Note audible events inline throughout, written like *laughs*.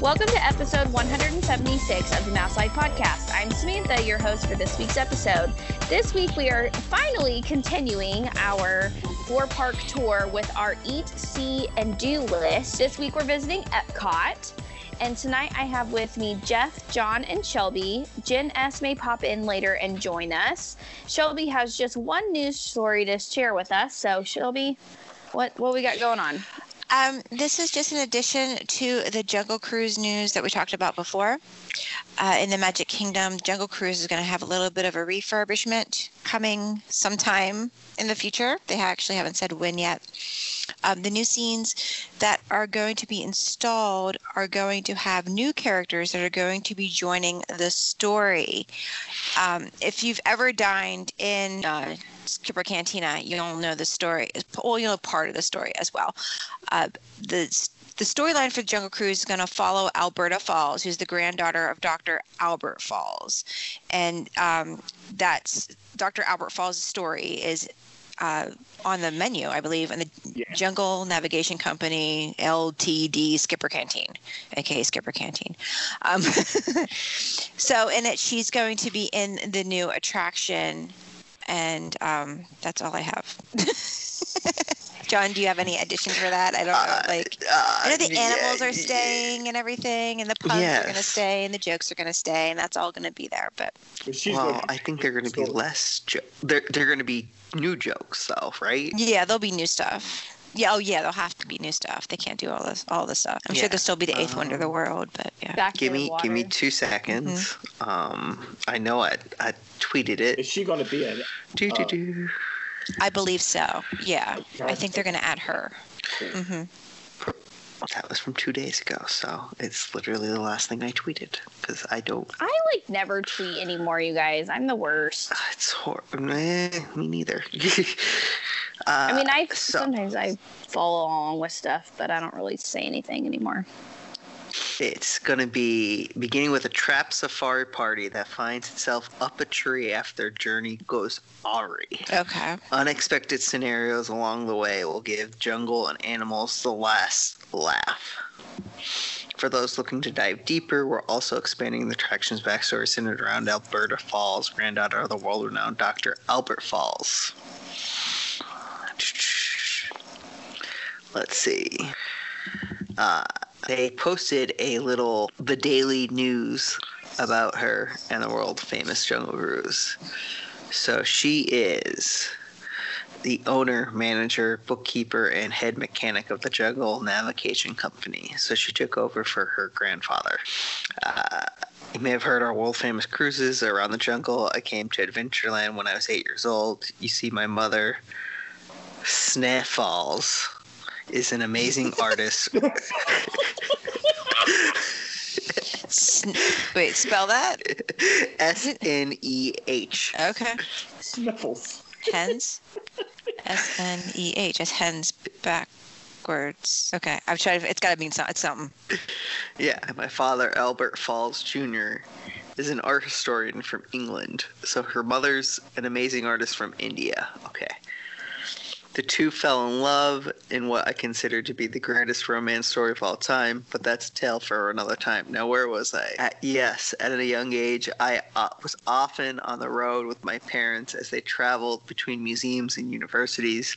Welcome to episode 176 of the Mouse Life Podcast. I'm Samantha, your host for this week's episode. This week, we are finally continuing our four park tour with our Eat, See, and Do list. This week, we're visiting Epcot. And tonight, I have with me Jeff, John, and Shelby. Jen S. may pop in later and join us. Shelby has just one news story to share with us. So, Shelby, what, what we got going on? Um, this is just an addition to the Jungle Cruise news that we talked about before. Uh, in the Magic Kingdom, Jungle Cruise is going to have a little bit of a refurbishment coming sometime in the future. They actually haven't said when yet. Um, the new scenes that are going to be installed are going to have new characters that are going to be joining the story. Um, if you've ever dined in uh, Skipper Cantina, you'll know the story. Well, you'll know part of the story as well. Uh, the the storyline for Jungle Cruise is going to follow Alberta Falls, who's the granddaughter of Dr. Albert Falls, and um, that's Dr. Albert Falls' story is uh, on the menu, I believe, in the Yeah. Jungle Navigation Company LTD Skipper Canteen, aka Skipper Canteen. Um, *laughs* so, in it, she's going to be in the new attraction, and um, that's all I have. *laughs* John, do you have any additions for that? I don't know. Like, Uh, I know the animals are staying and everything, and the puns are going to Yes. stay, and the jokes are going to stay, and that's all going to be there. But But she's well, gonna I think they're going to be so- less. Jo- they're they're going to be new jokes, though, right? yeah, there'll be new stuff. Yeah, oh yeah, there'll have to be new stuff. They can't do all this, all this stuff. I'm sure Yeah. there'll still be the eighth wonder of the Um, world, but yeah. Back to Give the me give me water. two seconds. Mm-hmm. Um, I know I I tweeted Is it. she gonna be in it? Do do uh, do. I believe so. Yeah, I think they're going to add her. hmm That was from two days ago, so it's literally the last thing I tweeted because I don't. I like never tweet anymore, you guys. I'm the worst. ah, It's horrible. me neither. *laughs* uh, I mean, I so- sometimes I follow along with stuff, but I don't really say anything anymore. It's gonna be beginning with a trap safari party that finds itself up a tree after journey goes awry. Okay. Unexpected scenarios along the way will give jungle and animals the last laugh. For those looking to dive deeper, we're also expanding the attraction's backstory centered around Alberta Falls, granddaughter of the world renowned Dr. Albert Falls. Let's see. Uh, they posted a little, the daily news about her and the world famous Jungle Cruise. So she is the owner, manager, bookkeeper, and head mechanic of the Jungle Navigation Company. So she took over for her grandfather. Uh, you may have heard our world famous cruises around the jungle. I came to Adventureland when I was eight years old. You see my mother. Snare Falls is an amazing artist. *laughs* Sn- Wait, spell that. S N E H. *laughs* Okay. Sniffles. Hens. S N E H. As hens backwards. Okay. I've tried. It's got to mean so- it's something. Yeah, my father, Albert Falls Jr., is an art historian from England. So her mother's an amazing artist from India. Okay. The two fell in love in what I consider to be the greatest romance story of all time, but that's a tale for another time. Now, where was I? At, yes, at a young age, I uh, was often on the road with my parents as they traveled between museums and universities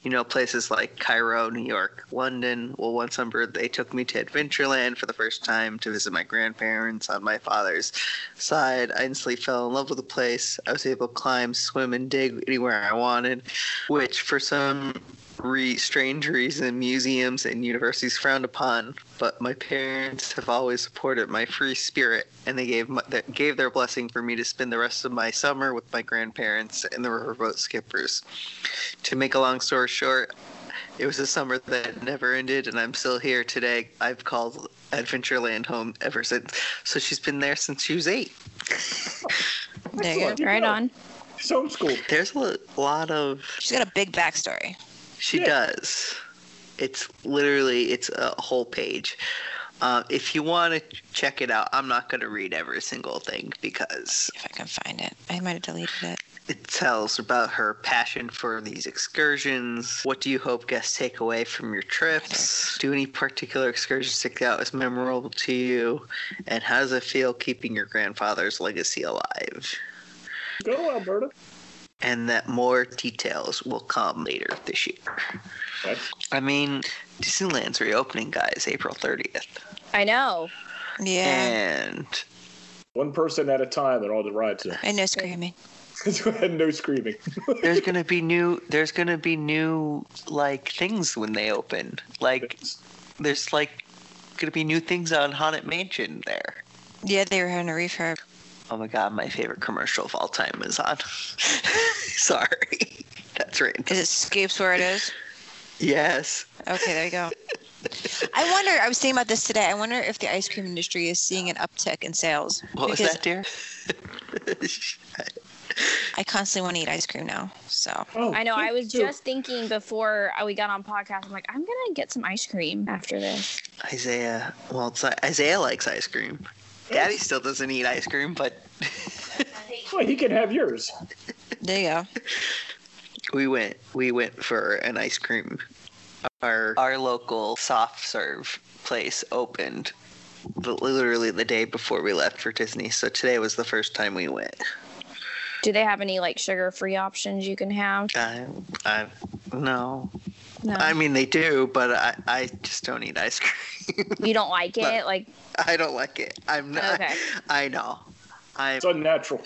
you know, places like Cairo, New York, London. Well, one summer they took me to Adventureland for the first time to visit my grandparents on my father's side. I instantly fell in love with the place. I was able to climb, swim, and dig anywhere I wanted, which for some re- strange reason museums and universities frowned upon. But my parents have always supported my free spirit, and they gave my, they gave their blessing for me to spend the rest of my summer with my grandparents and the riverboat skippers to make a long story short, it was a summer that never ended, and I'm still here today. I've called Adventureland home ever since. So she's been there since she was eight. There you go. Excellent. Right on. She's homeschooled. There's a lot of She's got a big backstory. she Yeah. does. It's literally it's a whole page. Uh, if you want to check it out, I'm not going to read every single thing because If I can find it, I might have deleted it. It tells about her passion for these excursions. What do you hope guests take away from your trips? Do any particular excursions stick out as memorable to you? And how does it feel keeping your grandfather's legacy alive? Go, Alberta. And that more details will come later this year. Okay. I mean, Disneyland's reopening, guys, April 30th. I know. Yeah. And One person at a time at all the rides. *laughs* though. And no screaming. and no screaming. there's gonna be new there's gonna be new like things when they open. Like there's like gonna be new things on Haunted Mansion there. Yeah, they were having a refurb. Oh my god, my favorite commercial of all time is on. *laughs* Sorry. That's right. Is it Scoops where it is? Yes. Okay, there you *laughs* go. I wonder. I was thinking about this today. I wonder if the ice cream industry is seeing an uptick in sales. What was because that, dear? I constantly want to eat ice cream now. So Oh, I know. me I was too. just thinking before uh, we got on podcast. I'm like, I'm gonna get some ice cream after this. Isaiah well it's not, Isaiah likes ice cream. Daddy still doesn't eat ice cream, but Well, he can have yours. there you *laughs* go. we went we went for an ice cream our our local soft serve place opened the, literally the day before we left for disney so today was the first time we went Do they have any like sugar-free options you can have? i i no No, i mean they do but i i just don't eat ice cream *laughs* you don't like it. Like, i don't like it i'm not Okay. i know i'm It's unnatural.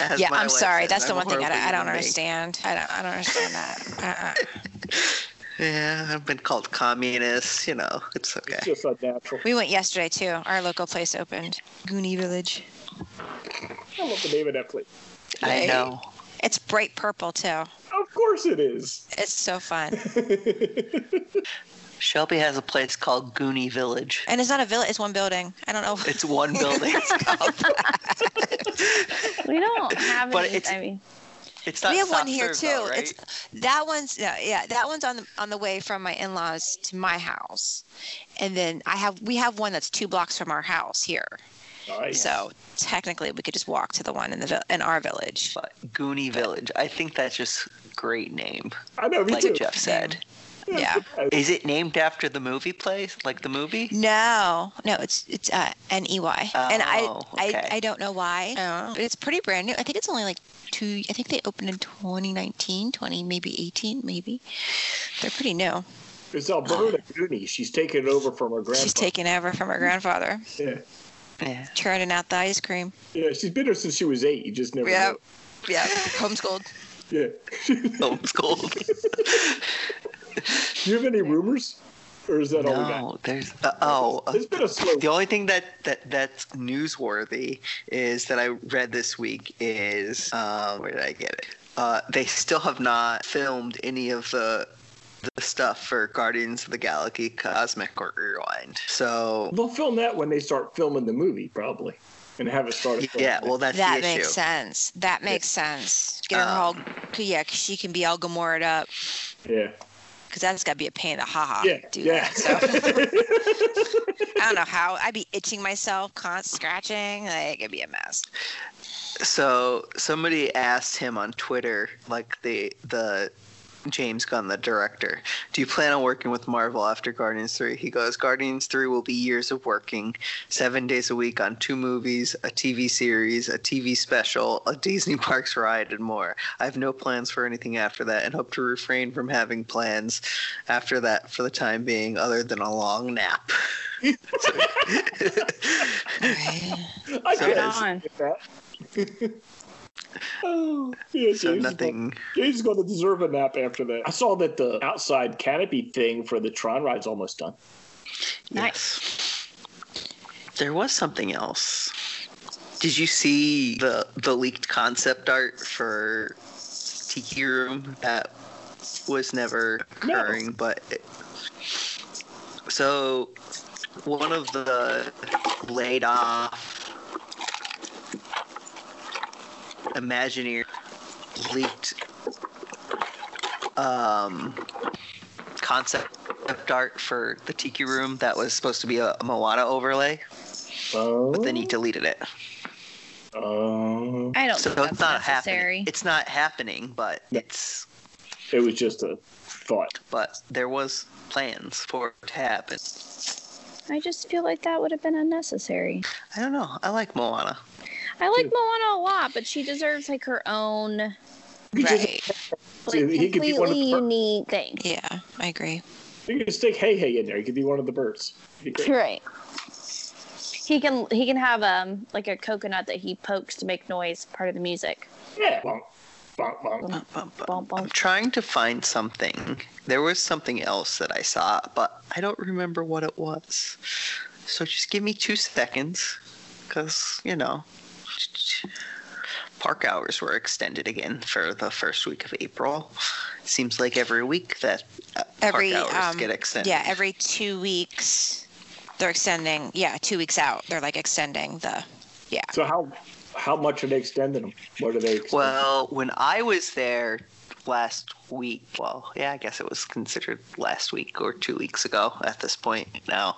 as yeah, my I'm wife sorry. says, That's the I'm a one thing I, horrible I don't human being. understand. I don't. I don't understand *laughs* that. Uh-uh. yeah i've been called communist you know it's okay It's just unnatural. We went yesterday too. Our local place opened. Goonie Village. I love the name of that place. i Right. know It's bright purple too. Of course it is. It's so fun. Shelby has a place called Goonie Village. And it's not a villa. It's one building. I don't know. *laughs* It's one building. It's called- we *laughs* don't have. But any, it's- I mean, it's not we have one soft here serve, too. though, right? It's that one's yeah, yeah, that one's on the on the way from my in-laws to my house, and then I have we have one that's two blocks from our house here. nice. So technically, we could just walk to the one in the vil- in our village. But Goonie Village. I think that's just a great name. I know, me Like too. Jeff said. Yeah. Is it named after the movie place? Like the movie? No, no, it's it's uh, N E Y, and I, Oh, okay. I I don't know why, but it's pretty brand new. I think it's only like two. I think they opened in 2019, 20 maybe 18, maybe. They're pretty new. *laughs* It's Alberta Goonie. She's taking over from her grandpa. She's taking over from her grandfather, yeah. Yeah. *laughs* churning out the ice cream. yeah, she's been there since she was eight. You just never Yeah. know. Yeah, homeschooled. Yeah. Homeschooled. Do you have any rumors? Or is that all we got? no, there's. Uh, oh. uh, It's been a slow the only thing that, that that's newsworthy is that I read this week is um, where did I get it? Uh, they still have not filmed any of the the stuff for Guardians of the Galaxy Cosmic or Rewind. So They'll film that when they start filming the movie, probably, and have it started. yeah, well that's That the issue. um, makes sense. That makes sense. Get her all, yeah, 'cause she can be all Gamora'd up yeah, because that's got to be a pain in the ha yeah, do yeah. that. So *laughs* I don't know how. I'd be itching myself, const scratching. Like it'd be a mess. So somebody asked him on Twitter, like the the James Gunn, the director, do you plan on working with Marvel after Guardians Three? He goes, Guardians Three will be years of working, seven days a week on two movies, a TV series, a TV special, a Disney Parks ride, and more. I have no plans for anything after that, and hope to refrain from having plans after that for the time being, other than a long nap. *laughs* Right. I So guess. that's- on. that. *laughs* oh, yeah, James, so is nothing. gonna- James is going to deserve a nap after that. I saw that the outside canopy thing for the Tron ride's almost done. Nice. There was something else. Did you see the the leaked concept art for Tiki Room that was never No. occurring? But it, so one of the laid off Imagineer leaked um, concept art for the Tiki Room that was supposed to be a, Moana overlay, Oh, but then he deleted it. Oh, I don't So think it's that's not necessary. happening. It's not happening, but No. it's It was just a thought. but there was plans for it to happen. I just feel like that would have been unnecessary. I don't know. I like Moana. I like Dude. Moana a lot, but she deserves like her own like You just- Right. See, he could be one of completely the fir- unique thing. Yeah, I agree. you can stick Hey Hey in there. He could be one of the birds. It'd be great. Right. He can he can have um like a coconut that he pokes to make noise part of the music. Yeah. Bonk, bonk, bonk. Bum, bum, bum. Bum, bum. I'm trying to find something. There was something else that I saw, but I don't remember what it was. So just give me two seconds, because, you know, park hours were extended again for the first week of April. Seems like every week that uh, Every park hours um, get extended. Yeah, every two weeks they're extending. Yeah, two weeks out they're like extending the. So how how much are they extending them? What are they? Extending? Well, when I was there last week, well, yeah, I guess it was considered last week or two weeks ago at this point now.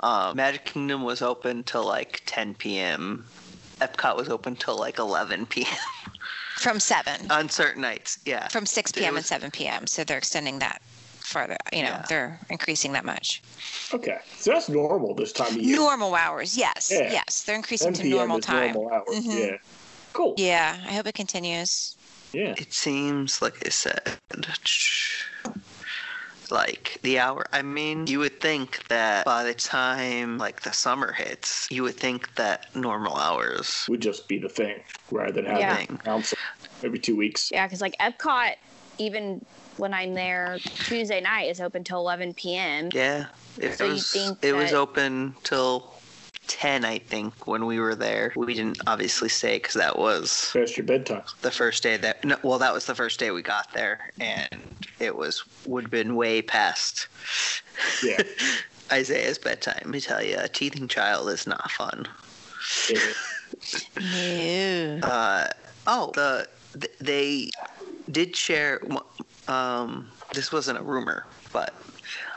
Um, Magic Kingdom was open till like 10 p.m. Epcot was open till like 11 p.m. From seven, *laughs* on certain nights. Yeah. from six it p.m. and was- seven p.m. So they're extending that farther. You know, Yeah. they're increasing that much. okay. So that's normal this time of year. Normal hours, yes, Yeah. yes, they're increasing 10 to p.m. normal is time. Normal hours. Mhm. Yeah. Cool. Yeah. Yeah, I hope it continues. It seems like I said, like the hour. I mean, you would think that by the time like the summer hits, you would think that normal hours Would just be the thing rather than having Yeah. yeah. council every two weeks. Yeah, because like Epcot, even when I'm there Tuesday night is open till 11 p.m. Yeah, it So you was. think it was that- open till ten, I think, when we were there. We didn't obviously stay because that was Past your bedtime. the first day that. No, well, that was the first day we got there, and it was would have been way past Yeah. Isaiah's bedtime. Let me tell you, a teething child is not fun. yeah. No. Uh, oh, the th- they did share. Um, this wasn't a rumor, but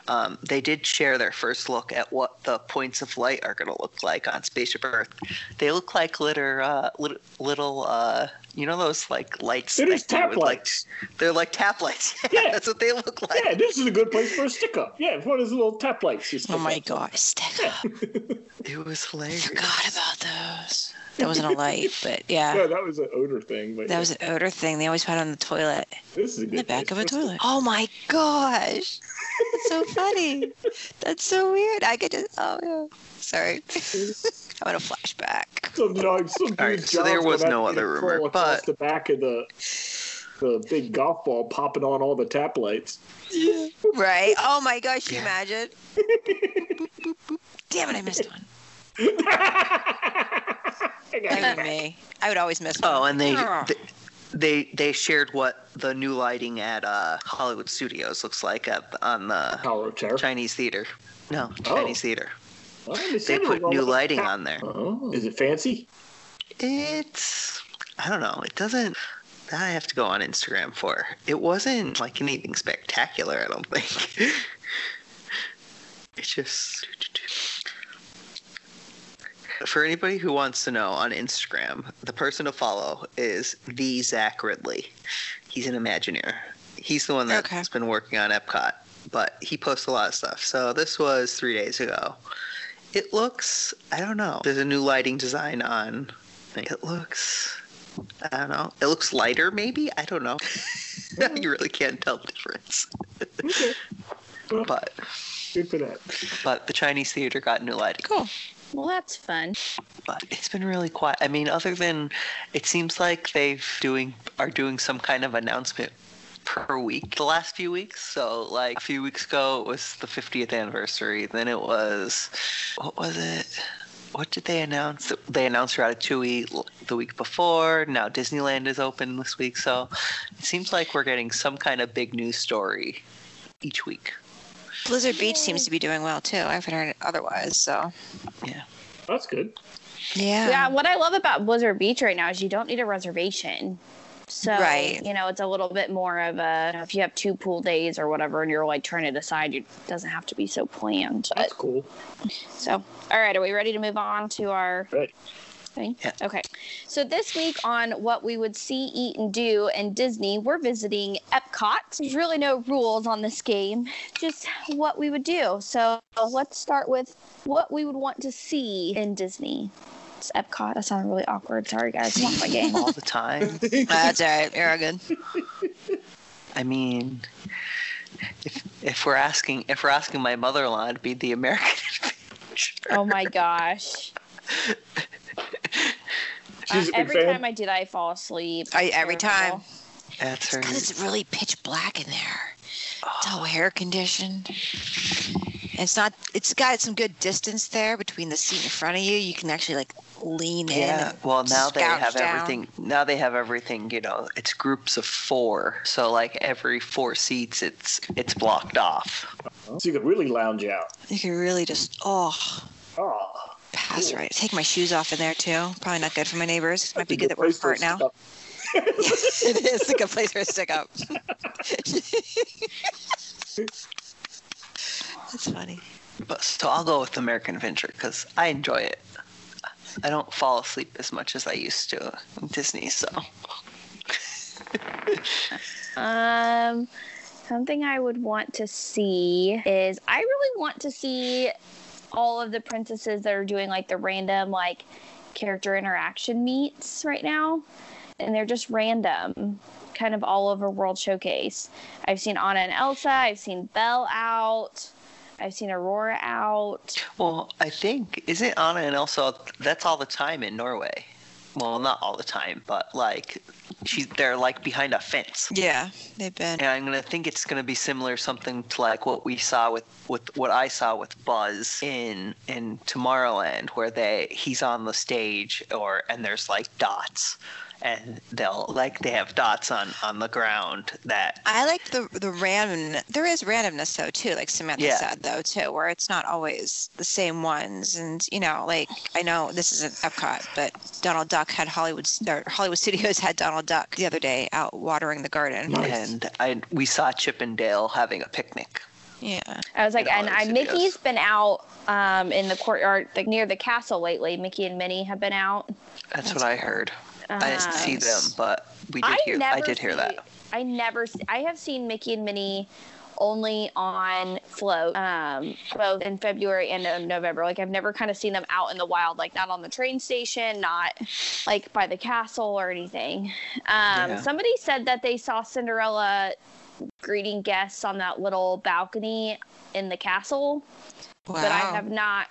um, they did share their first look at what the points of light are going to look like on Spaceship Earth. They look like litter, uh, little, little uh, you know those like lights. It that is you tap would, like- lights. they're like tap lights. *laughs* Yeah. that's what they look like. Yeah, this is a good place for a stick up. Yeah, it's one of those little tap lights. You Oh stick my up. gosh, stick *laughs* up. It was hilarious. Forgot about those. That wasn't a light, but yeah. *laughs* Yeah, that was an odor thing. But That was an odor thing they always had on the toilet, this is a in good the back of place a for- toilet. Oh my gosh, that's so funny. That's so weird. I could just oh yeah. Sorry, I want a flashback. Sometimes some All right, dude's so there job's was gonna no have to be other to crawl rumor, across but- the back of the the big golf ball popping on all the tap lights. *laughs* Right? Oh my gosh, you imagine? Damn it, I missed one. I got That would it. be me. I would always miss one. Oh, and they, Yeah. they they they shared what the new lighting at uh, Hollywood Studios looks like at, on the Power of terror. Chinese theater. No, Oh. Chinese theater. Well, They said it was put all new about lighting tap- on there. Oh, is it fancy? It's I don't know. It doesn't. That I have to go on Instagram for. It wasn't like anything spectacular. I don't think. *laughs* it's just. For anybody who wants to know on Instagram, the person to follow is the Zach Ridley. He's an Imagineer. He's the one that's Okay. been working on Epcot, but he posts a lot of stuff. So this was three days ago. It looks, I don't know. There's a new lighting design on. It looks, I don't know. It looks lighter, maybe. I don't know. *laughs* you really can't tell the difference. Okay. Well, But good for that. but the Chinese theater got new lighting. Cool. Well, that's fun. But it's been really quiet. I mean, other than it seems like they've doing are doing some kind of announcement per week the last few weeks. So like a few weeks ago it was the 50th anniversary. Then it was what was it? What did they announce? They announced Ratatouille l- the week before. Now Disneyland is open this week, so it seems like we're getting some kind of big news story each week. Blizzard Beach seems to be doing well too. I haven't heard otherwise, so That's good. yeah. Yeah, what I love about Blizzard Beach right now is you don't need a reservation. So, Right. you know, it's a little bit more of a if you have two pool days or whatever and you're like trying to decide, it doesn't have to be so planned. But, That's cool. so, all right, are we ready to move on to our Right. Thing? Yeah. Okay. So this week on what we would see, eat, and do in Disney, we're visiting Epcot. There's really no rules on this game, just what we would do. So let's start with what we would want to see in Disney. It's Epcot. That sounded really awkward. Sorry, guys. Not my game. all the time. *laughs* That's all right. You're all good. I mean, if if we're asking if we're asking my mother-in-law to be the American *laughs* Adventure, Oh my gosh. She's Uh, a big every fan. time I do that, I fall asleep. I, every time. Terrible. that's her. Because it's really pitch black in there. It's Oh, all air conditioned. It's not. It's got some good distance there between the seat in front of you. You can actually like lean yeah. in. Well, now they Scout have down. everything. Now they have everything. You know, it's groups of four. So like every four seats, it's it's blocked off. So you could really lounge out. You can really just oh Oh, pass Cool. right. Take my shoes off in there too. Probably not good for my neighbors. Might be good that we're place for apart now. *laughs* stuff. it is a good place for a stick up. That's funny. But so I'll go with American Adventure because I enjoy it. I don't fall asleep as much as I used to in Disney. So Um, something I would want to see is I really want to see all of the princesses that are doing like the random like character interaction meets right now, and they're just random, kind of all over World Showcase. I've seen Anna and Elsa. I've seen Belle out. I've seen Aurora out. Well, I think is it Anna and Elsa? That's all the time in Norway. Well, not all the time, but like she's they're like behind a fence. Yeah, they've been. And I'm gonna think it's gonna be similar, something to like what we saw with with what I saw with Buzz in in Tomorrowland, where they he's on the stage or and there's like dots, and they'll like they have dots on on the ground that I like the the random. There is randomness though too, like Samantha Yeah. said though too, where it's not always the same ones. And you know, like I know this isn't Epcot, but Donald Duck had Hollywood or Hollywood *laughs* Studios had Donald Duck the other day out watering the garden. Nice. and I we saw Chip and Dale having a picnic. Yeah, I was like, At and Hollywood I, Studios. Mickey's been out um, in the courtyard, like near the castle lately. Mickey and Minnie have been out. That's, That's what I heard. I didn't see Um, them, but we did hear. I did hear see- that. I never. See, I have seen Mickey and Minnie only on float, um, both in February and in November. Like I've never kind of seen them out in the wild, like not on the train station, not like by the castle or anything. Um, Yeah. Somebody said that they saw Cinderella greeting guests on that little balcony in the castle wow. but I have not,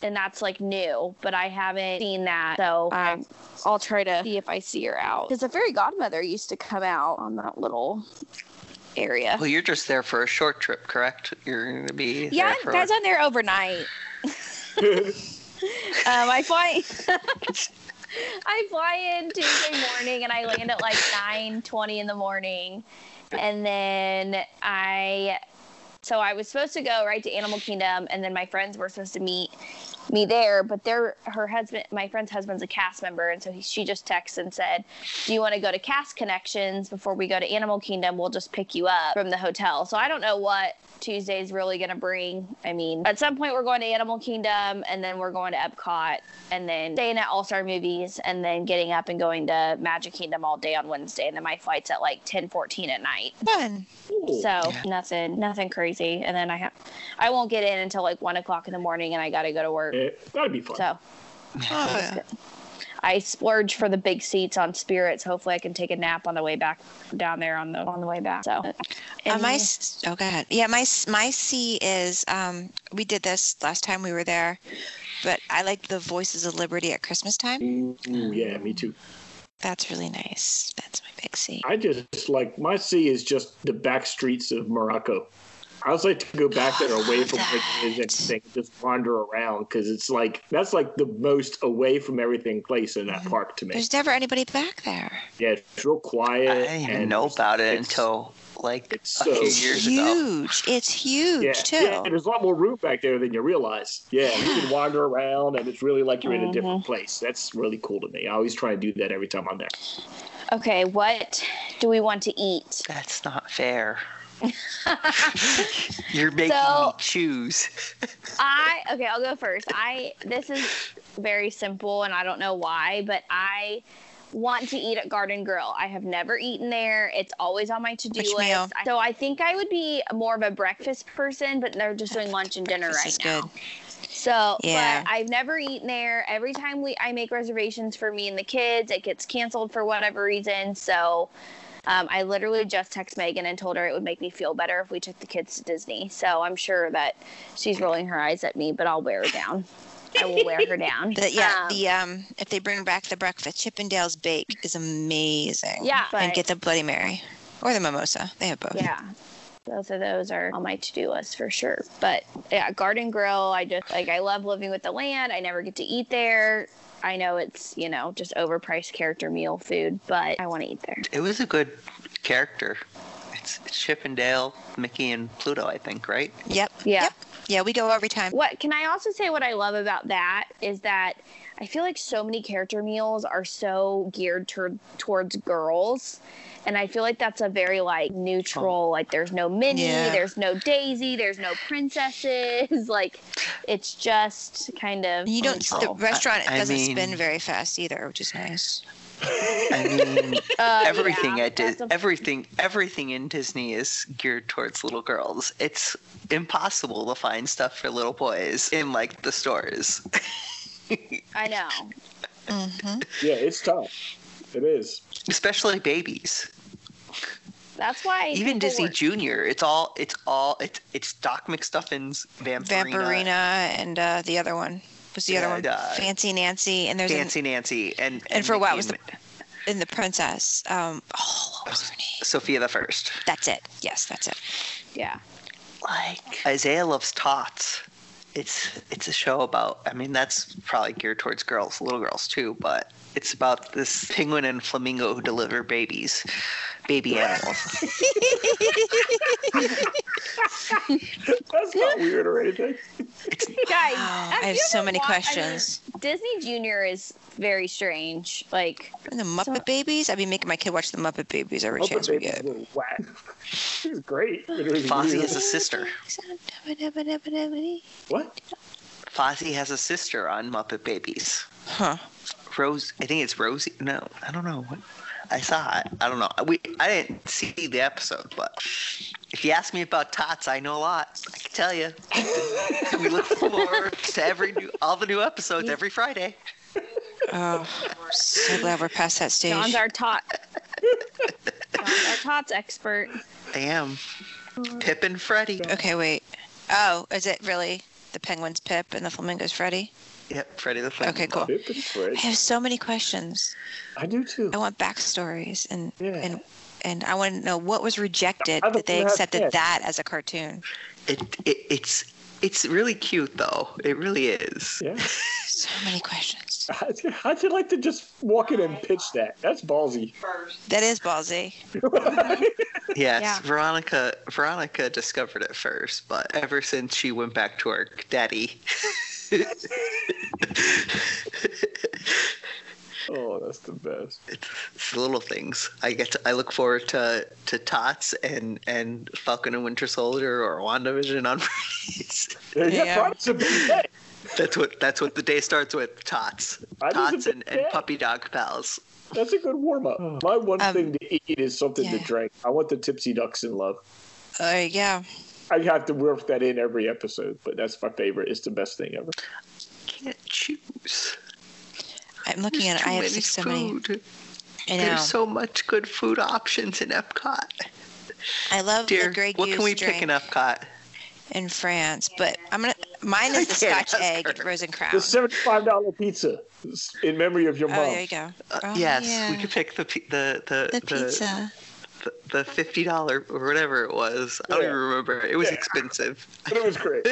and that's like new, but I haven't seen that. So um, I'll try to see if I see her out. Because the fairy godmother used to come out on that little area. Well, you're just there for a short trip, correct? You're going to be yeah, there for guys, I'm there overnight. Um, I fly. *laughs* I fly in Tuesday morning and I land at like nine twenty in the morning, and then I. So I was supposed to go right to Animal Kingdom, and then my friends were supposed to meet me there. But their her husband, my friend's husband's a cast member, and so he, she just texted and said, "Do you want to go to Cast Connections before we go to Animal Kingdom? We'll just pick you up from the hotel." So I don't know what Tuesday's really going to bring. I mean, at some point we're going to Animal Kingdom and then we're going to Epcot and then staying at All Star Movies and then getting up and going to Magic Kingdom all day on Wednesday and then my flight's at like 10:14 at night. fun. *laughs* Cool. So nothing, nothing crazy. And then I have, I won't get in until like one o'clock in the morning and I got to go to work. Eh, that'd be fun. So Oh, yeah. I splurge for the big seats on Spirits. Hopefully I can take a nap on the way back down there on the on the way back. So Uh, and my s- oh god yeah my s- my C is um we did this last time we were there, but I like the Voices of Liberty at Christmas time. Ooh, yeah, me too. That's really nice. That's my big C. I just like my sea is just the back streets of Morocco. I would like to go back *gasps* there away from like everything, just wander around because it's like that's like the most away from everything place in Mm-hmm. that park to me. There's never anybody back there. Yeah, it's real quiet. I didn't even and know about it it's- until like It's a so few years ago. huge. It's huge yeah, too. yeah, there's a lot more room back there than you realize. Yeah, you can wander around, and it's really like you're in a different place. That's really cool to me. I always try and do that every time I'm there. okay, what do we want to eat? That's not fair. *laughs* You're making So- me choose. I okay, I'll go first. I this is very simple, and I don't know why, but I want to eat at Garden Grill. I have never eaten there. It's always on my to-do Which list. meal? So I think I would be more of a breakfast person, but they're just doing lunch and dinner Breakfast right is now. good. So, Yeah. but I've never eaten there. Every time we I make reservations for me and the kids, it gets canceled for whatever reason. So, um, I literally just texted Megan and told her it would make me feel better if we took the kids to Disney. So I'm sure that she's rolling her eyes at me, but I'll wear her down. I will wear her *laughs* down. The, yeah, Um, the um, if they bring back the breakfast, Chippendales bake is amazing. Yeah, and but- get the Bloody Mary or the mimosa. They have both. yeah both of those are on my to-do list for sure but yeah garden grill i just like i love living with the land i never get to eat there i know it's you know just overpriced character meal food but i want to eat there It was a good character. It's Chip and Dale, Mickey and Pluto, I think, right? Yep. Yeah. Yep. Yeah, we go every time. what can i also say what i love about that is that i feel like so many character meals are so geared tur towards girls and i feel like that's a very like neutral like there's no minnie Yeah. there's no daisy there's no princesses *laughs* like it's just kind of You don't. The neutral. restaurant Oh, I doesn't mean- spin very fast either, which is nice. I mean, Uh, everything yeah, at Dis that's a- everything everything in Disney is geared towards little girls. It's impossible to find stuff for little boys in like the stores. *laughs* I know. hmm Yeah, it's tough. It is. Especially babies. That's why *laughs* Even people Disney were- Junior. It's all it's all it's it's Doc McStuffins, Vampirina, Vampirina and uh, the other one was the other Yeah, one. uh, Fancy Nancy, and there's an, Fancy Nancy, and and for a while it was Mickey and in the princess. Um, oh, what was her name? Sophia the First. That's it. Yes, that's it. Yeah. *gasps* like Isaiah loves tots. It's it's a show about. I mean, that's probably geared towards girls, little girls too, but it's about this penguin and flamingo who deliver babies, baby animals. That's not weird or anything. Guys, Wow, I you have so ever many wa- I mean, questions. Disney Junior is very strange. Like, the Muppet so- Babies. I'd be making my kid watch the Muppet Babies every Muppet chance we Babies get. were whack. *laughs* She's great. but it was Fozzie weird. has a sister. What? Fozzie has a sister on Muppet Babies. Huh. Rose, I think it's Rosie. No, I don't know. I saw it. I don't know. We I didn't see the episode, but if you ask me about tots, I know a lot. I can tell you. we look forward to every new, all the new episodes every Friday. Oh, so glad we're past that stage. John's our tot. John's our tots expert. I am. Mm. Pip and Freddy. okay, wait. Oh, is it really the penguin's Pip and the flamingo's Freddy? Yep, Freddy the Flamingo. Okay, cool. Pip and Fred. I have so many questions. I do too. I want backstories and Yeah. and and I want to know what was rejected I don't that they know how to accepted guess. that as a cartoon. It, it it's it's really cute though. It really is. Yeah. *laughs* So many questions. How'd you- how'd you like to just walk in and pitch that? That's ballsy. That is ballsy. Yes, Yeah. Veronica Veronica discovered it first, but ever since she went back to her daddy, oh, that's the best. it's, it's little things. I get to, I look forward to to Tots and and Falcon and Winter Soldier or WandaVision on *laughs* Fridays. Yeah, Yeah. Friday's a big day. That's what that's what the day starts with. Tots, That is a Tots, big and, and day. puppy dog pals. That's a good warm up. My one Um, thing to eat is something to yeah. drink. I want the tipsy ducks in love. Uh, yeah. I have to work that in every episode, but that's my favorite. It's the best thing ever. Can't choose. I'm looking at it. I have There's so too many. many food. I know. There's so much good food options in Epcot. I love Dear, the Grey what Goose can we drink pick in Epcot? in France, but I'm gonna. Mine is the I can't Scotch ask egg her. rose and crown. The seventy-five dollar pizza is in memory of your Oh, mom. there you go. Oh, yes, we yeah. could pick the pi- the the the pizza. the, the fifty dollar or whatever it was. I don't Yeah. even remember. It was Yeah. expensive. But it was great.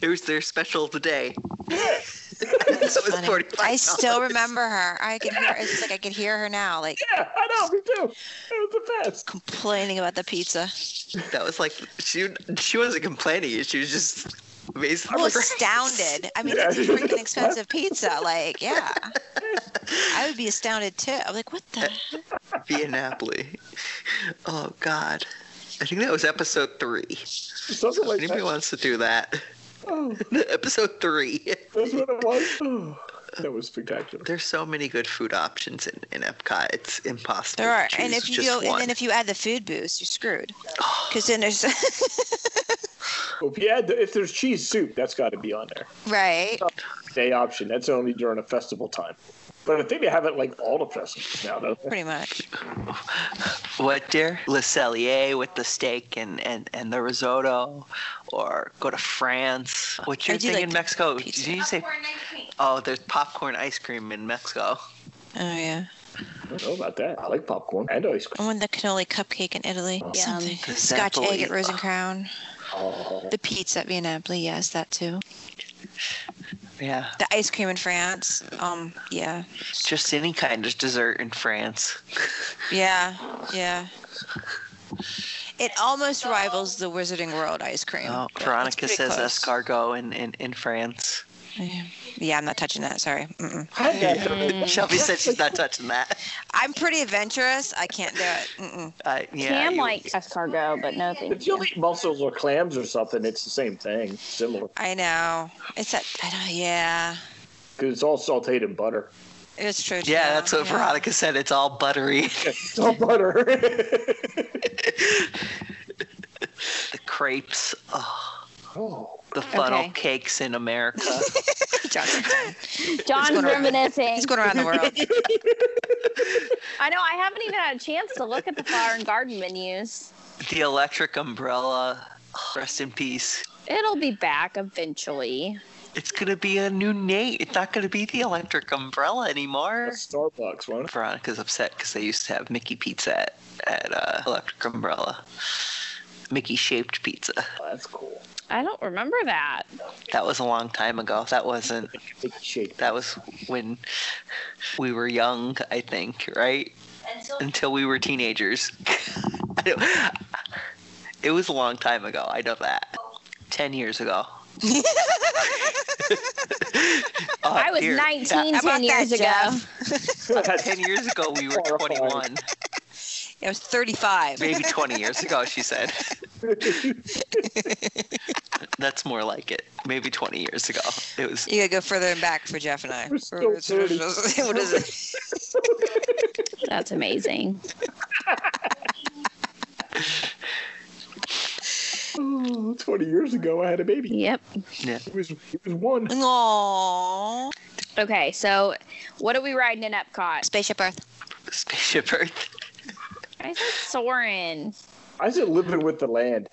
It was their special of *laughs* the day. *laughs* *laughs* so it was Funny. forty five. I still remember her. I could hear. It's like I could hear her now, like Yeah, I know, me too. It was the best. complaining about the pizza. That was like she she wasn't complaining. She was just amazed. I'm *laughs* astounded. I mean, it's a Yeah. freaking expensive pizza. Like, yeah, I would be astounded too. I'm like, what Eh, the? Via Napoli. Oh God. I think that was episode three. Something If like anybody that. wants to do that, Oh, *laughs* Episode three. *laughs* that's what it was. Oh, that was spectacular. There's so many good food options in, in Epcot. It's impossible. There to are, and choose if you just go, and one. then if you add the food booze, you're *gasps* screwed. Because then there's *laughs* Oh, If you add the, if there's cheese soup, that's got to be on there. right. Oh. Day option. That's only during a festival time. But I think they have it like all the festivals now, though. Pretty much. what dear? Le Cellier with the steak and, and, and the risotto, or go to France. What's I your do thing like in the Mexico? Did pizza. you say? Oh, there's popcorn ice cream in Mexico. Oh yeah. I don't know about that. I like popcorn and ice cream. I want Oh, the cannoli cupcake in Italy. Yum. Something. um, The Scotch egg Napoli. at Rose and Crown. Oh, The pizza at Via Napoli. Yes, that too. Yeah, The ice cream in France. Um. Yeah. just any kind of dessert in France. Yeah. Yeah. It almost rivals the Wizarding World ice cream. Oh, but it's Veronica pretty says close. escargot in, in, in France. Yeah. Yeah, I'm not touching that. Sorry. Mm-mm. I Mm. had Shelby said she's not touching *laughs* that. I'm pretty adventurous. I can't do it. Mm-mm. Uh, yeah, Cam you- likes escargot, but no thank If you you. eat mussels or clams or something, it's the same thing, similar, I know. It's that. I don't, yeah. because it's all sautéed in butter. *laughs* It's true. too. Yeah, that's *laughs* what Veronica said. It's all buttery. *laughs* It's all *laughs* butter. the crepes, oh, oh, the funnel Okay. cakes in America. John's, John's going around. reminiscing. he's going around the *laughs* world. I know. I haven't even had a chance to look at the flower and garden menus. the electric umbrella. Oh, Rest in peace. It'll be back eventually. It's gonna be a new Nate. It's not gonna be the electric umbrella anymore. that's Starbucks, wasn't it? Veronica's upset because they used to have Mickey pizza at, at uh, Electric Umbrella. Mickey shaped pizza. Oh, that's cool. I don't remember that. That was a long time ago. That wasn't. Big *laughs* shake. That was when we were young, I think, right? Until we were teenagers. *laughs* I don't- it was a long time ago. I know that. 10 *laughs* years ago. Uh, Oh, I was dear. 19 That- *laughs* 10 How about years that, ago. Jeff? 10 years ago, we were Horrifying. 21. It was 35. Maybe 20 years ago, *laughs* she said. That's more like it. Maybe 20 years ago. It was You gotta go further and back for Jeff and I. We're still *laughs* what is it? *laughs* That's amazing. Ooh, 20 years ago, I had a baby. Yep. It was, it was one. Aww. Okay, so what are we riding in Epcot? *laughs* Spaceship Earth. Spaceship Earth. I said Soren. I said living with the land.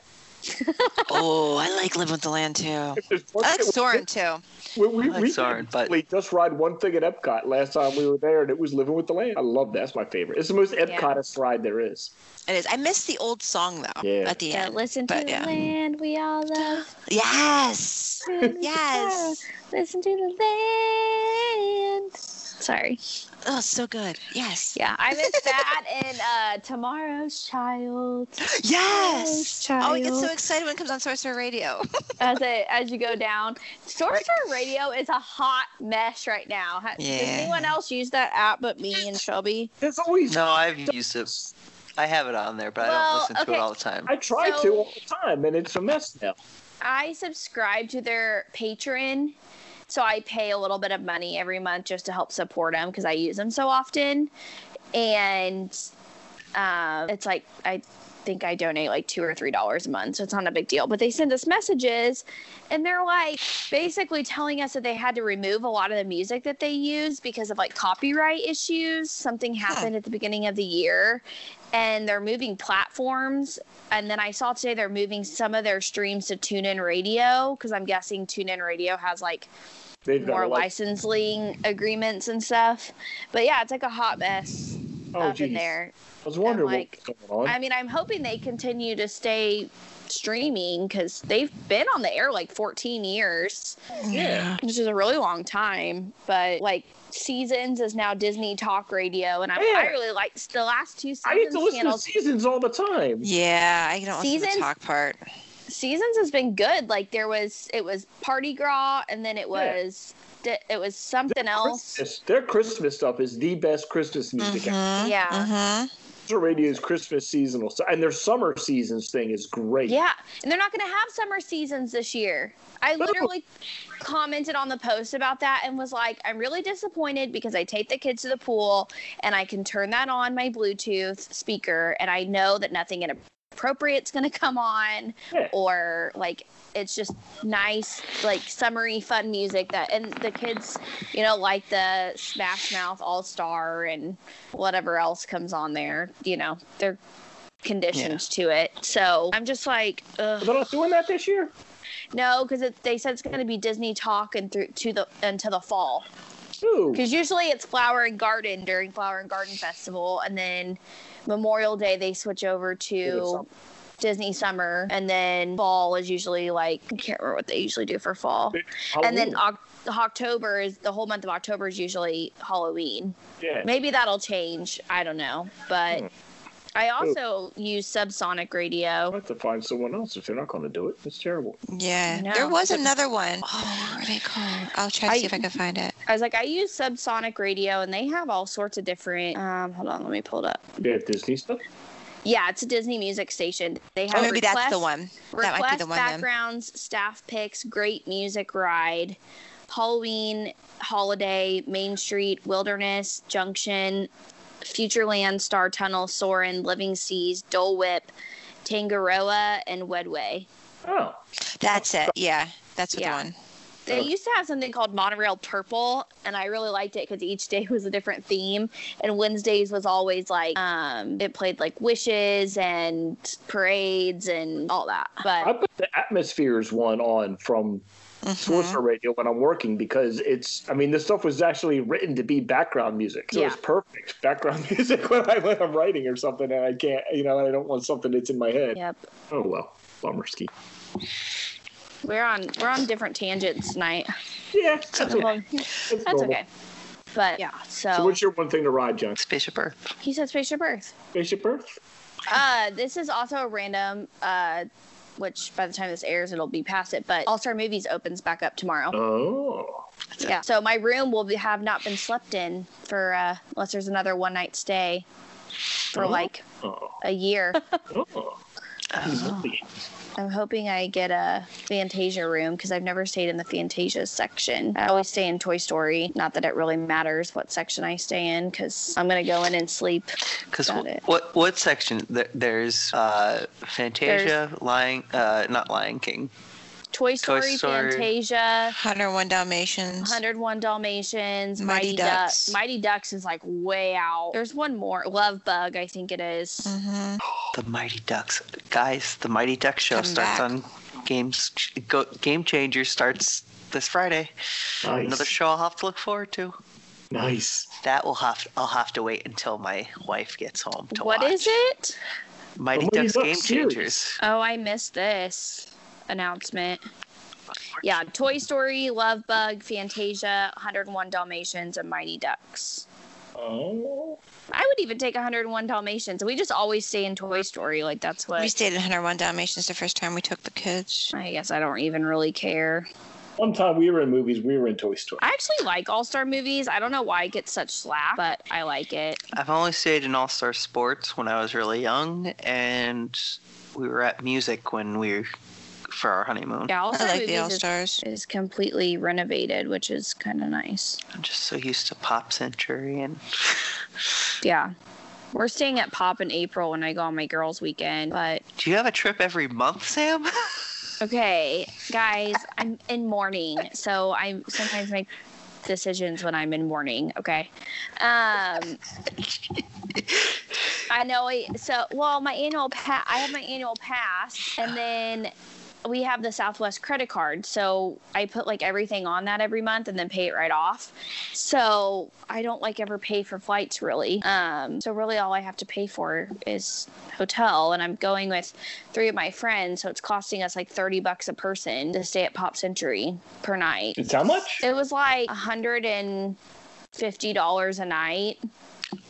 Oh, I like Live with the Land too. If there's one I like thing- Soren too. We, we, I like we Soren, but- literally just ride one thing at Epcot last time we were there, and it was living with the land. I love that. That's my favorite. It's the most Epcotist ride there is. It is. I miss the old song though Yeah. at the Yeah, end. listen to but the yeah. land we all love. Yes. *laughs* Yes. Listen to the land. Sorry. Oh, so good. Yes. Yeah, I miss that *laughs* and uh, Tomorrow's Child. Yes. Yes, Oh, I get so child. excited when it comes on Sorcerer *laughs* Radio. as it as you go down. Sorcerer Radio is a hot mess right now. Ha- Does Yeah. anyone else use that app but me and Shelby? It's always. No, I've used it. I have it on there, but I Well, don't listen to okay. it all the time. I try So- to all the time, and it's a mess now. I subscribe to their Patreon, so I pay a little bit of money every month just to help support them because I use them so often, and um, it's like I think I donate like two or three dollars a month, so it's not a big deal. But they send us messages, and they're like basically telling us that they had to remove a lot of the music that they use because of like copyright issues. Something happened at the beginning of the year, and they're moving platforms and then I saw today they're moving some of their streams to TuneIn Radio because I'm guessing TuneIn Radio has like They've got more a lot- licensing agreements and stuff. But yeah, it's like a hot mess Oh, up in geez. I there. was wondering and, what's going on. I mean, I'm hoping they continue to stay streaming because they've been on the air like 14 years, yeah. which is a really long time. But like Seasons is now Disney Talk Radio, and I, Yeah. I really like the last two I get to Seasons listen to channels seasons all the time. Yeah, I don't listen to the Seasons? talk part. seasons has been good. Like there was, it was Party Gras, and then it Yeah. was, di- it was something else. Mm-hmm. Christmas- their Christmas stuff is the best Christmas music. ever. Yeah. Mm-hmm. Digital radio's Christmas seasonal, so- and their summer seasons thing is great. Yeah, and they're not going to have summer seasons this year. I literally commented on the post about that and was like, I'm really disappointed because I take the kids to the pool and I can turn that on my Bluetooth speaker, and I know that nothing inappropriate's going to come on Yeah. or like it's just nice like summery fun music that and the kids you know like the smash mouth all star and whatever else comes on there you know they're conditioned to it so i'm just like Are Ugh. they not doing that this year? no because they said it's going to be disney talk and through to the until the fall Ooh. because usually it's flower and garden during flower and garden festival and then memorial day they switch over Disney to Summer. disney summer and then fall is usually like i can't remember what they usually do for fall and then Halloween. Oc- october is the whole month of october is usually halloween yeah. maybe that'll change i don't know but Hmm. i also use subsonic I'll radio have to find someone else if they're not going to do it. It's terrible. Mm-hmm. Yeah, No. there was another one. Oh, what are they called? I'll try to I- see if I can find it. i was like i use subsonic radio and they have all sorts of different um hold on let me pull it up They have Disney stuff. yeah it's a disney music station they have Or Oh, maybe that's the request- one. That might Request be the one then. backgrounds, staff picks, great music ride, Halloween, holiday, Main Street, Wilderness, Junction, Futureland, Star Tunnel, Soarin', Living Seas, Dole Whip, Tangaroa, and Wedway. Oh, That's it. Yeah, that's what Yeah. the one. They Okay. used to have something called Monorail Purple, and I really liked it because each day *laughs* was a different theme. And Wednesdays was always like um, it played like wishes and parades and all that. But I put the Atmospheres one on from Mm-hmm. Mhm. Sorcerer Radio when I'm working because it's. I mean, this stuff was actually written to be background music, so Yeah. it's perfect background *laughs* music when, I, when I'm writing or something, and I can't. You know, I don't want something that's in my head. yep. Oh well, bummer ski. We're on we're on different tangents *laughs* tonight. Yeah, that's, That's okay. Oh. normal. But yeah, so, So, what's your one thing to ride, John? Spaceship Earth. he said spaceship Earth. Spaceship Earth. Uh, this is also a random. Uh, which by the time this airs, it'll be past it. But All Star Movies opens back up tomorrow. Oh, yeah. So my room will be, have not been slept in for uh, unless there's another one night stay for Oh. like oh, a *laughs* year. oh. I'm hoping I get a Fantasia room because I've never stayed in the Fantasia section. I always stay in Toy Story. Not that it really matters what section I stay in because I'm gonna go in and sleep. Because Got it. what what section? There- There's uh, Fantasia, Lion, uh, not Lion King. Toy Story, Story. Fantasia, 101 Dalmatians. 101 Dalmatians, Mighty Mighty, Ducks. Ducks. Mighty Ducks is like way out. There's one more, Love Bug, I think it is. hmm The Mighty Ducks, guys. The Mighty Duck show Come back. starts on games. Go, Game Changer starts this Friday. nice. Another show I'll have to look forward to. nice. That will have I'll have to wait until my wife gets home to What watch. is it? The Mighty Mighty Ducks Ducks Game series. Changers. Oh, I missed this announcement. Yeah, Toy Story, Love Bug, Fantasia, 101 Dalmatians, and Mighty Ducks. Oh, I would even take 101 Dalmatians. We just always stay in Toy Story. Like, that's We what stayed in 101 Dalmatians the first time we took the kids. I guess I don't even really care. one time we were in movies. We were in Toy Story. I actually like All Star movies. I don't know why it gets such slack, but I like it. I've only stayed in All Star Sports when I was really young, and we were at music when we were for our honeymoon. Yeah, All I Star like the Movies All is, Stars. is completely renovated, which is kind of nice. I'm just so used to Pop Century and Yeah. We're staying at Pop in April when I go on my girls' weekend. But Do you have a trip every month, Sam? *laughs* okay, guys, I'm in mourning, so I sometimes make decisions when I'm in mourning. Okay. Um, I know. I, so, well, my annual pass, I have my annual pass, and then we have the Southwest credit card. So I put like everything on that every month and then pay it right off. So I don't like ever pay for flights really. Um, so really, all I have to pay for is hotel, and I'm going with three of my friends, so it's costing us like thirty bucks a person to stay at Pop Century per night. It's how much? It was like a hundred and fifty dollars a night.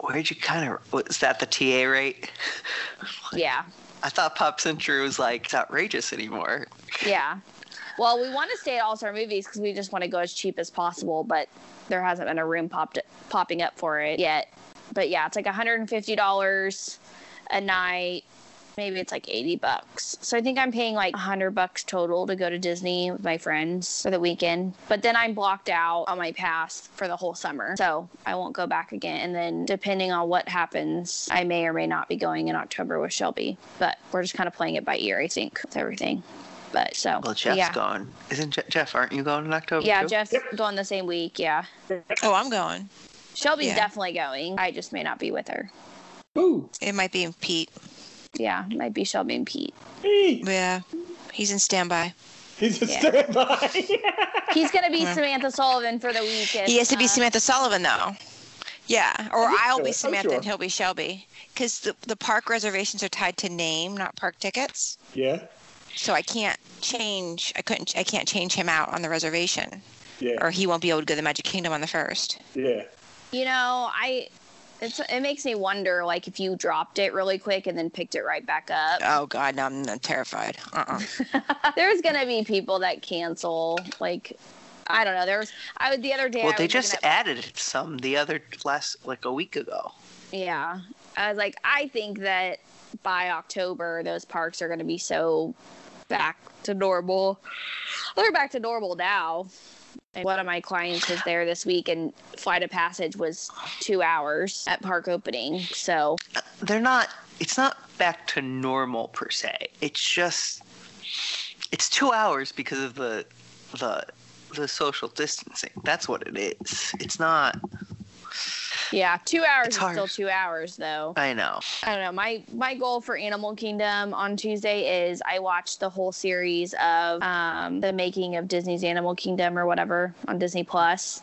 Where'd you kind of was that the TA rate? Yeah. I thought Pop Century was like it's outrageous anymore. Yeah. Well, we want to stay at All Star Movies because we just want to go as cheap as possible, but there hasn't been a room popped popping up for it yet. but yeah, it's like $150 a night. Maybe it's like 80 bucks. So I think I'm paying like 100 bucks total to go to Disney with my friends for the weekend. But then I'm blocked out on my pass for the whole summer. So I won't go back again. And then depending on what happens, I may or may not be going in October with Shelby. But we're just kind of playing it by ear, I think, with everything. But so Well, Jeff's yeah. gone. Isn't Je- Jeff? Aren't you going in October? Yeah, too? Jeff's going the same week. Yeah. Oh, I'm going. Shelby's Yeah. definitely going. I just may not be with her. Ooh. It might be Pete. Yeah, it might be Shelby and Pete. Hey, Yeah, he's in standby. he's a Yeah. standby. He's gonna be *laughs* Yeah. Samantha Sullivan for the weekend. He has to be Uh, Samantha Sullivan though. Yeah, or I'm I'll sure, be I'm Samantha sure. and he'll be Shelby because the, the park reservations are tied to name, not park tickets. yeah. So I can't change. I couldn't. I can't change him out on the reservation, Yeah. or he won't be able to go to the Magic Kingdom on the first. Yeah. You know, I. It's, it makes me wonder, like, if you dropped it really quick and then picked it right back up. Oh God, no, I'm terrified. Uh-uh. *laughs* There's gonna be people that cancel. Like, I don't know. There was. I was the other day. I Well, they was looking just at- added some the other last like a week ago. yeah. I was like, I think that by October, those parks are gonna be so back to normal. Well, they're back to normal now. And one of my clients was there this week, and flight of passage was two hours at park opening. So They're not. It's not back to normal per se. It's just. It's two hours because of the, the, the social distancing. That's what it is. It's not. yeah, two hours It's is hard. still two hours though. I know. I don't know. My my goal for Animal Kingdom on Tuesday is I watched the whole series of um, the making of Disney's Animal Kingdom or whatever on Disney Plus,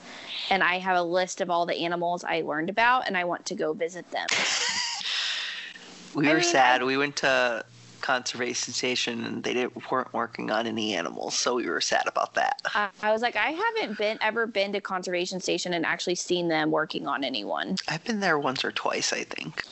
and I have a list of all the animals I learned about, and I want to go visit them. We I were mean, sad. we went to conservation station and they didn't, weren't working on any animals, so we were sad about that. I I was like, I haven't been ever been to conservation station and actually seen them working on anyone. I've been there once or twice, I think.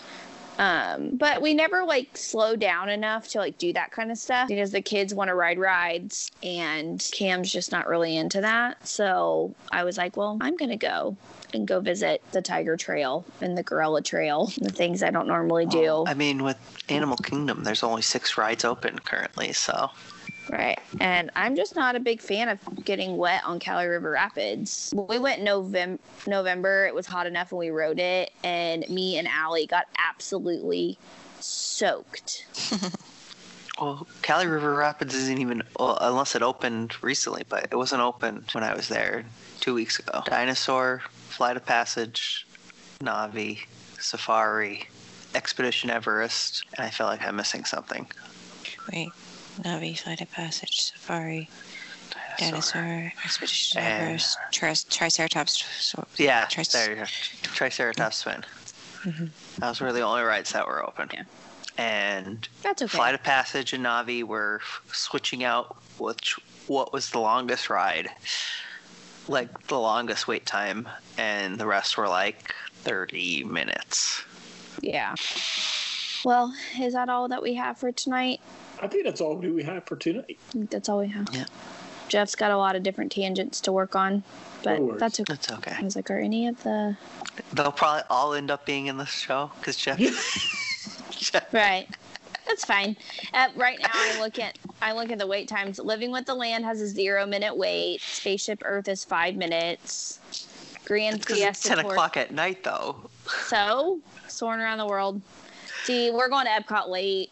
Um, but we never like slow down enough to like do that kind of stuff because the kids want to ride rides and Cam's just not really into that. So I was like, well, I'm gonna go and go visit the Tiger Trail and the Gorilla Trail, the things I don't normally do. I mean, with Animal Kingdom, there's only six rides open currently, so Right. And I'm just not a big fan of getting wet on Cali River Rapids. We went November November, it was hot enough when we rode it and me and Allie got absolutely soaked. Well, Cali River Rapids isn't even, well, unless it opened recently, but it wasn't open when I was there two weeks ago. Dinosaur, Flight of Passage, Navi, Safari, Expedition Everest, and I feel like I'm missing something. Wait, Navi, Flight of Passage, Safari, Dinosaur, Expedition And- uh, Everest, Tricer- Triceratops. So, Yeah, Tric- there you go. Triceratops Spin. Mhm. Those were the only rides that were open. Yeah. And That's okay. Flight of Passage and Navi were f- switching out which what was the longest ride, like the longest wait time, and the rest were like 30 minutes. Yeah. Well, is that all that we have for tonight? I think that's all we have for tonight. I think that's all we have. Yeah. Jeff's got a lot of different tangents to work on, but No worries. that's okay. That's okay. I was like, are any of the They'll probably all end up being in the show because Jeff, Jeff- right? That's fine. Uh, right now, I look at I look at the wait times. Living with the Land has a zero minute wait. Spaceship Earth is five minutes. Grand 'cause it's Fiesta 10 Tour- o'clock at night though. So soaring around the world. See, we're going to Epcot late.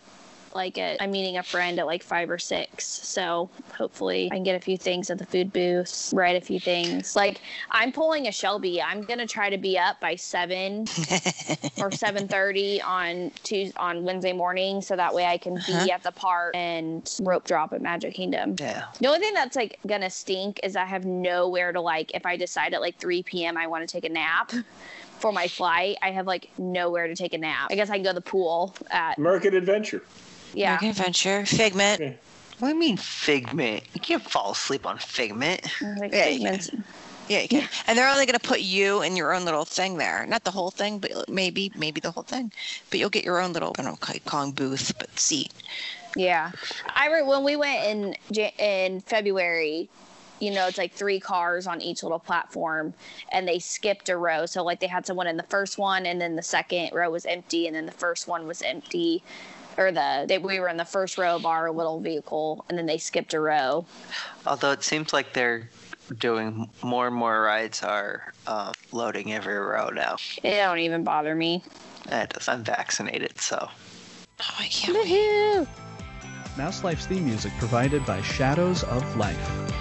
Like at, I'm meeting a friend at like five or six, so hopefully I can get a few things at the food booths, write a few things. Like I'm pulling a Shelby. I'm gonna try to be up by seven or seven thirty on Tuesday on Wednesday morning, so that way I can Uh-huh. be at the park and rope drop at Magic Kingdom. Yeah. The only thing that's like gonna stink is I have nowhere to like if I decide at like 3 p.m. I want to take a nap for my flight, I have like nowhere to take a nap. I guess I can go to the pool at American Adventure. yeah. American Adventure, Figment. What do you mean Figment? You can't fall asleep on Figment. Mm, Like, Yeah, you figments. Yeah, you can. And they're only going to put you in your own little thing there. Not the whole thing, but maybe maybe the whole thing. But you'll get your own little, I don't know, ca- calling booth, but seat. yeah. I re- when we went in Ja- in February, you know, it's like three cars on each little platform and they skipped a row. So like they had someone in the first one and then the second row was empty and then the first one was empty or the they, we were in the first row of our little vehicle and then they skipped a row. Although it seems like they're doing more and more rides are uh, loading every row now. It don't even bother me. And I'm vaccinated, so. Oh, I can't wait. Woohoo! Mouse Life's theme music provided by Shadows of Life.